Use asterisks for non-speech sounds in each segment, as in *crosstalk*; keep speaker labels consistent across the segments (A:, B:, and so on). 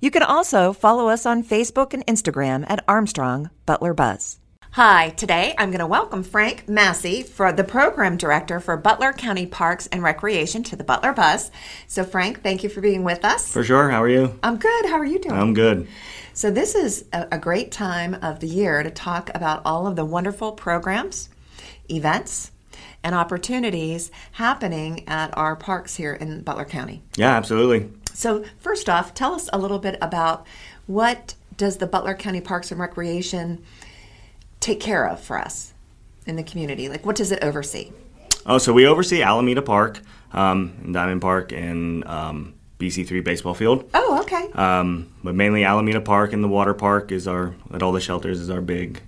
A: You can also follow us on Facebook and Instagram at Armstrong Butler Buzz. Hi, today I'm going to welcome Frank Massey, for the program director for Butler County Parks and Recreation, to the Butler Buzz. So, Frank, thank you for being with us.
B: For sure. How are you?
A: I'm good. How are you doing?
B: I'm good.
A: So, this is a, a great time of the year to talk about all of the wonderful programs, events, and opportunities happening at our parks here in Butler County.
B: Yeah, absolutely.
A: So, first off, tell us a little bit about what does the Butler County Parks and Recreation take care of for us in the community? Like, what does it oversee?
B: Oh, so we oversee Alameda Park, um, and Diamond Park, and um, BC3 Baseball Field.
A: Oh, okay.
B: Um, but mainly Alameda Park and the water park is our at all the shelters is our big,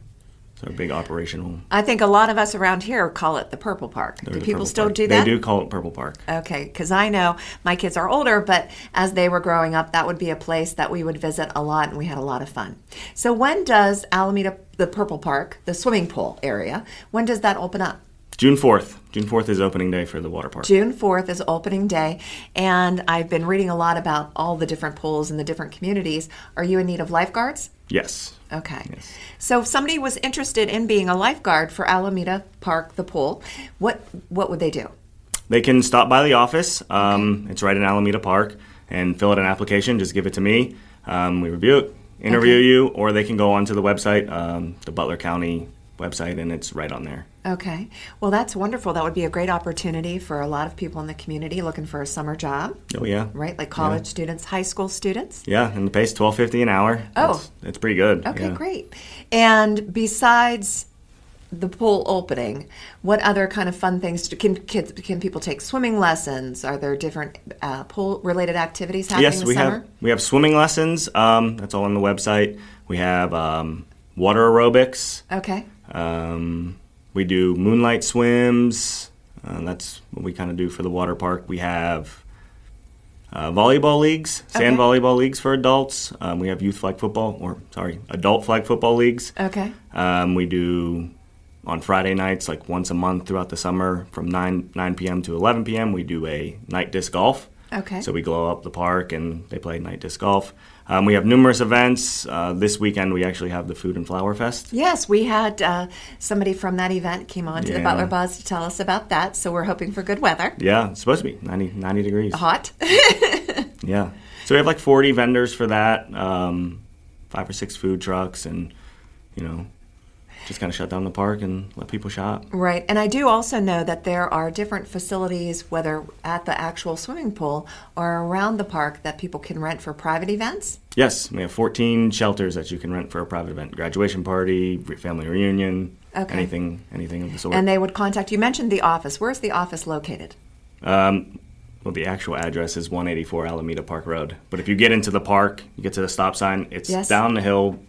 B: is our big operational.
A: I think a lot of us around here call it the Purple Park.
B: or
A: do
B: the
A: people
B: Purple
A: still
B: Park.
A: do that?
B: They do call it Purple Park.
A: Okay, because I know my kids are older, but as they were growing up, that would be a place that we would visit a lot and we had a lot of fun. So, when does Alameda, the Purple Park, the swimming pool area, when does that open up?
B: June fourth. June fourth is opening day for the water park.
A: June 4th is opening day, and I've been reading a lot about all the different pools in the different communities. Are you in need of lifeguards?
B: Yes.
A: Okay. So if somebody was interested in being a lifeguard for Alameda Park, the pool, what what would they do?
B: They can stop by the office. Um, It's right in Alameda Park and fill out an application. Just give it to me. Um, we review it, interview you, or they can go onto the website, um, the Butler County website, and it's right on there.
A: Okay. Well, that's wonderful. That would be a great opportunity for a lot of people in the community looking for a summer job,
B: Oh yeah.
A: right? Like college students, high school students.
B: Yeah, and the pay's twelve fifty an hour.
A: Oh.
B: that's, that's pretty good.
A: Okay,
B: yeah.
A: great. And besides the pool opening, what other kind of fun things do, can kids can people take? Swimming lessons? Are there different uh, pool related activities happening
B: Yes,
A: this
B: we
A: summer?
B: have we have swimming lessons. Um, that's all on the website. We have um, water aerobics.
A: Okay.
B: Um, we do moonlight swims. Uh, that's what we kind of do for the water park. We have uh, volleyball leagues, sand
A: Okay.
B: volleyball leagues for adults. Um, we have youth flag football, or sorry, adult flag football leagues.
A: Okay.
B: Um, we do on Friday nights, like once a month throughout the summer, from 9, 9 p.m. to 11 p.m., we do a night disc golf.
A: Okay.
B: So we glow up the park and they play night disc golf. Um, we have numerous events. Uh, this weekend, we actually have the Food and Flower Fest.
A: Yes, we had uh, somebody from that event came on to the
B: Yeah.
A: Butler Buzz to tell us about that. So we're hoping for good weather.
B: Yeah, it's supposed to be 90, 90 degrees.
A: Hot.
B: Yeah. So we have like 40 vendors for that, um, five or six food trucks, and, you know, just kind of shut down the park and let people shop.
A: right. And I do also know that there are different facilities, whether at the actual swimming pool or around the park, that people can rent for private events.
B: Yes, we have 14 shelters that you can rent for a private event, graduation party, re- family reunion,
A: Okay.
B: anything, anything of the sort.
A: And they would contact you mentioned the office. Where's the office located?
B: um, well, the actual address is 184 Alameda Park Road. But if you get into the park, you get to the stop sign. It's
A: Yes.
B: down the hill,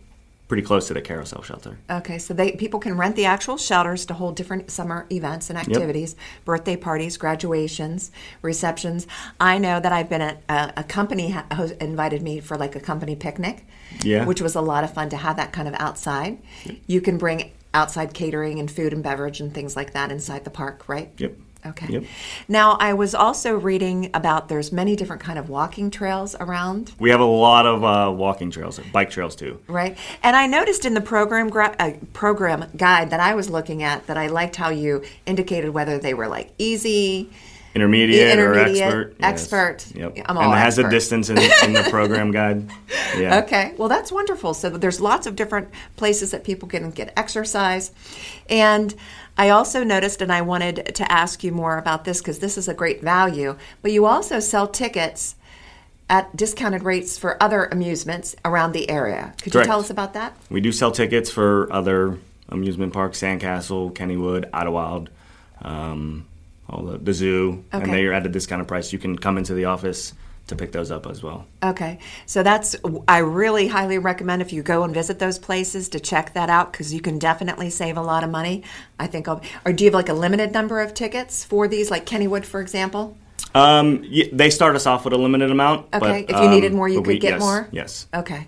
B: pretty close to the carousel shelter.
A: Okay, so they people can rent the actual shelters to hold different summer events and activities, birthday parties, graduations, receptions. I know that I've been at uh, a, a company ha- ho- invited me for like a company picnic,
B: Yeah.
A: which was a lot of fun to have that kind of outside. You can bring outside catering and food and beverage and things like that inside the park, right?
B: Yep.
A: Okay.
B: Yep.
A: Now I was also reading about there's many different kind of walking trails around
B: We have a lot of uh, walking trails, bike trails too.
A: Right, and I noticed in the program gra- uh, program guide that I was looking at that I liked how you indicated whether they were like easy,
B: Intermediate,
A: Intermediate,
B: or expert.
A: expert.
B: Yep.
A: I'm all
B: and it has
A: expert.
B: a distance in, in the program
A: *laughs*
B: guide. Yeah.
A: Okay, well, that's wonderful. So there's lots of different places that people can get exercise. And I also noticed, and I wanted to ask you more about this because this is a great value, but you also sell tickets at discounted rates for other amusements around the area. Could
B: Correct.
A: you tell us about that?
B: We do sell tickets for other amusement parks, Sandcastle, Kennywood, Idlewild, um, all the, the zoo,
A: Okay.
B: and they are at a discounted price. You can come into the office, to pick those up as well.
A: Okay. So that's, I really highly recommend if you go and visit those places to check that out because you can definitely save a lot of money. I think, I'll, or do you have like a limited number of tickets for these, like Kennywood, for example?
B: Um, y- they start us off with a limited amount.
A: Okay.
B: but,
A: if you needed
B: um,
A: more, you
B: but
A: could
B: we-
A: get
B: yes,
A: more?
B: Yes.
A: Okay.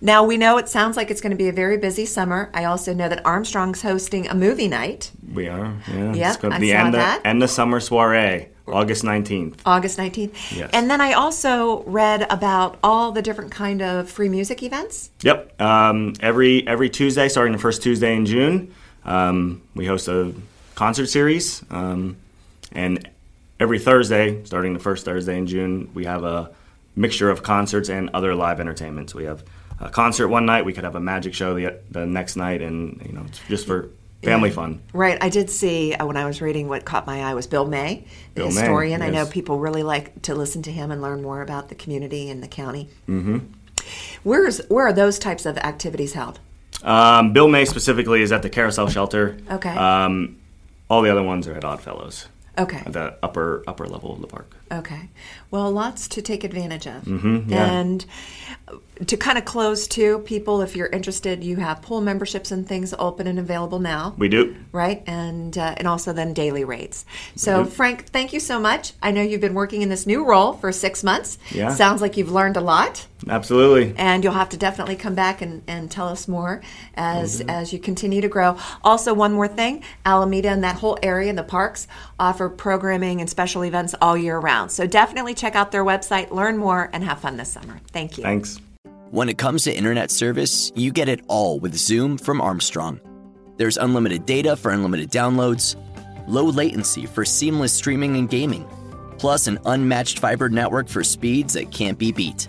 A: Now we know it sounds like it's going to be a very busy summer. I also know that Armstrong's hosting a movie night
B: We are. Yeah.
A: Yep,
B: it's good.
A: I
B: the
A: saw
B: end
A: that.
B: The, end the summer soiree, August 19th.
A: August 19th.
B: Yes.
A: And then I also read about all the different kind of free music events.
B: Yep. Um, every every Tuesday, starting the first Tuesday in June, um, we host a concert series, um, and every Thursday, starting the first Thursday in June, we have a mixture of concerts and other live entertainments. We have a concert one night, we could have a magic show the the next night, and you know, it's just for family fun.
A: Right. I did see uh, when I was reading what caught my eye was Bill May, the
B: Bill May,
A: historian. I know
B: yes.
A: people really like to listen to him and learn more about the community and the county. Mm-hmm. Where's where are those types of activities held?
B: Um, Bill May specifically is at the Carousel Shelter.
A: Okay.
B: Um, all the other ones are at Oddfellows,
A: Okay.
B: at the upper upper level of the park.
A: Okay. Well, lots to take advantage of.
B: Mm-hmm, yeah.
A: And to kind of close, too, people, if you're interested, you have pool memberships and things open and available now.
B: We do.
A: Right? And, uh, and also then daily rates. So, Frank, thank you so much. I know you've been working in this new role for six months.
B: Yeah.
A: Sounds like you've learned a lot.
B: Absolutely.
A: And you'll have to definitely come back and, and tell us more as as you continue to grow. Also, one more thing Alameda and that whole area and the parks offer programming and special events all year round. So definitely check out their website, learn more, and have fun this summer. Thank you.
B: Thanks.
C: When it comes to internet service, you get it all with Zoom from Armstrong. There's unlimited data for unlimited downloads, low latency for seamless streaming and gaming, plus an unmatched fiber network for speeds that can't be beat.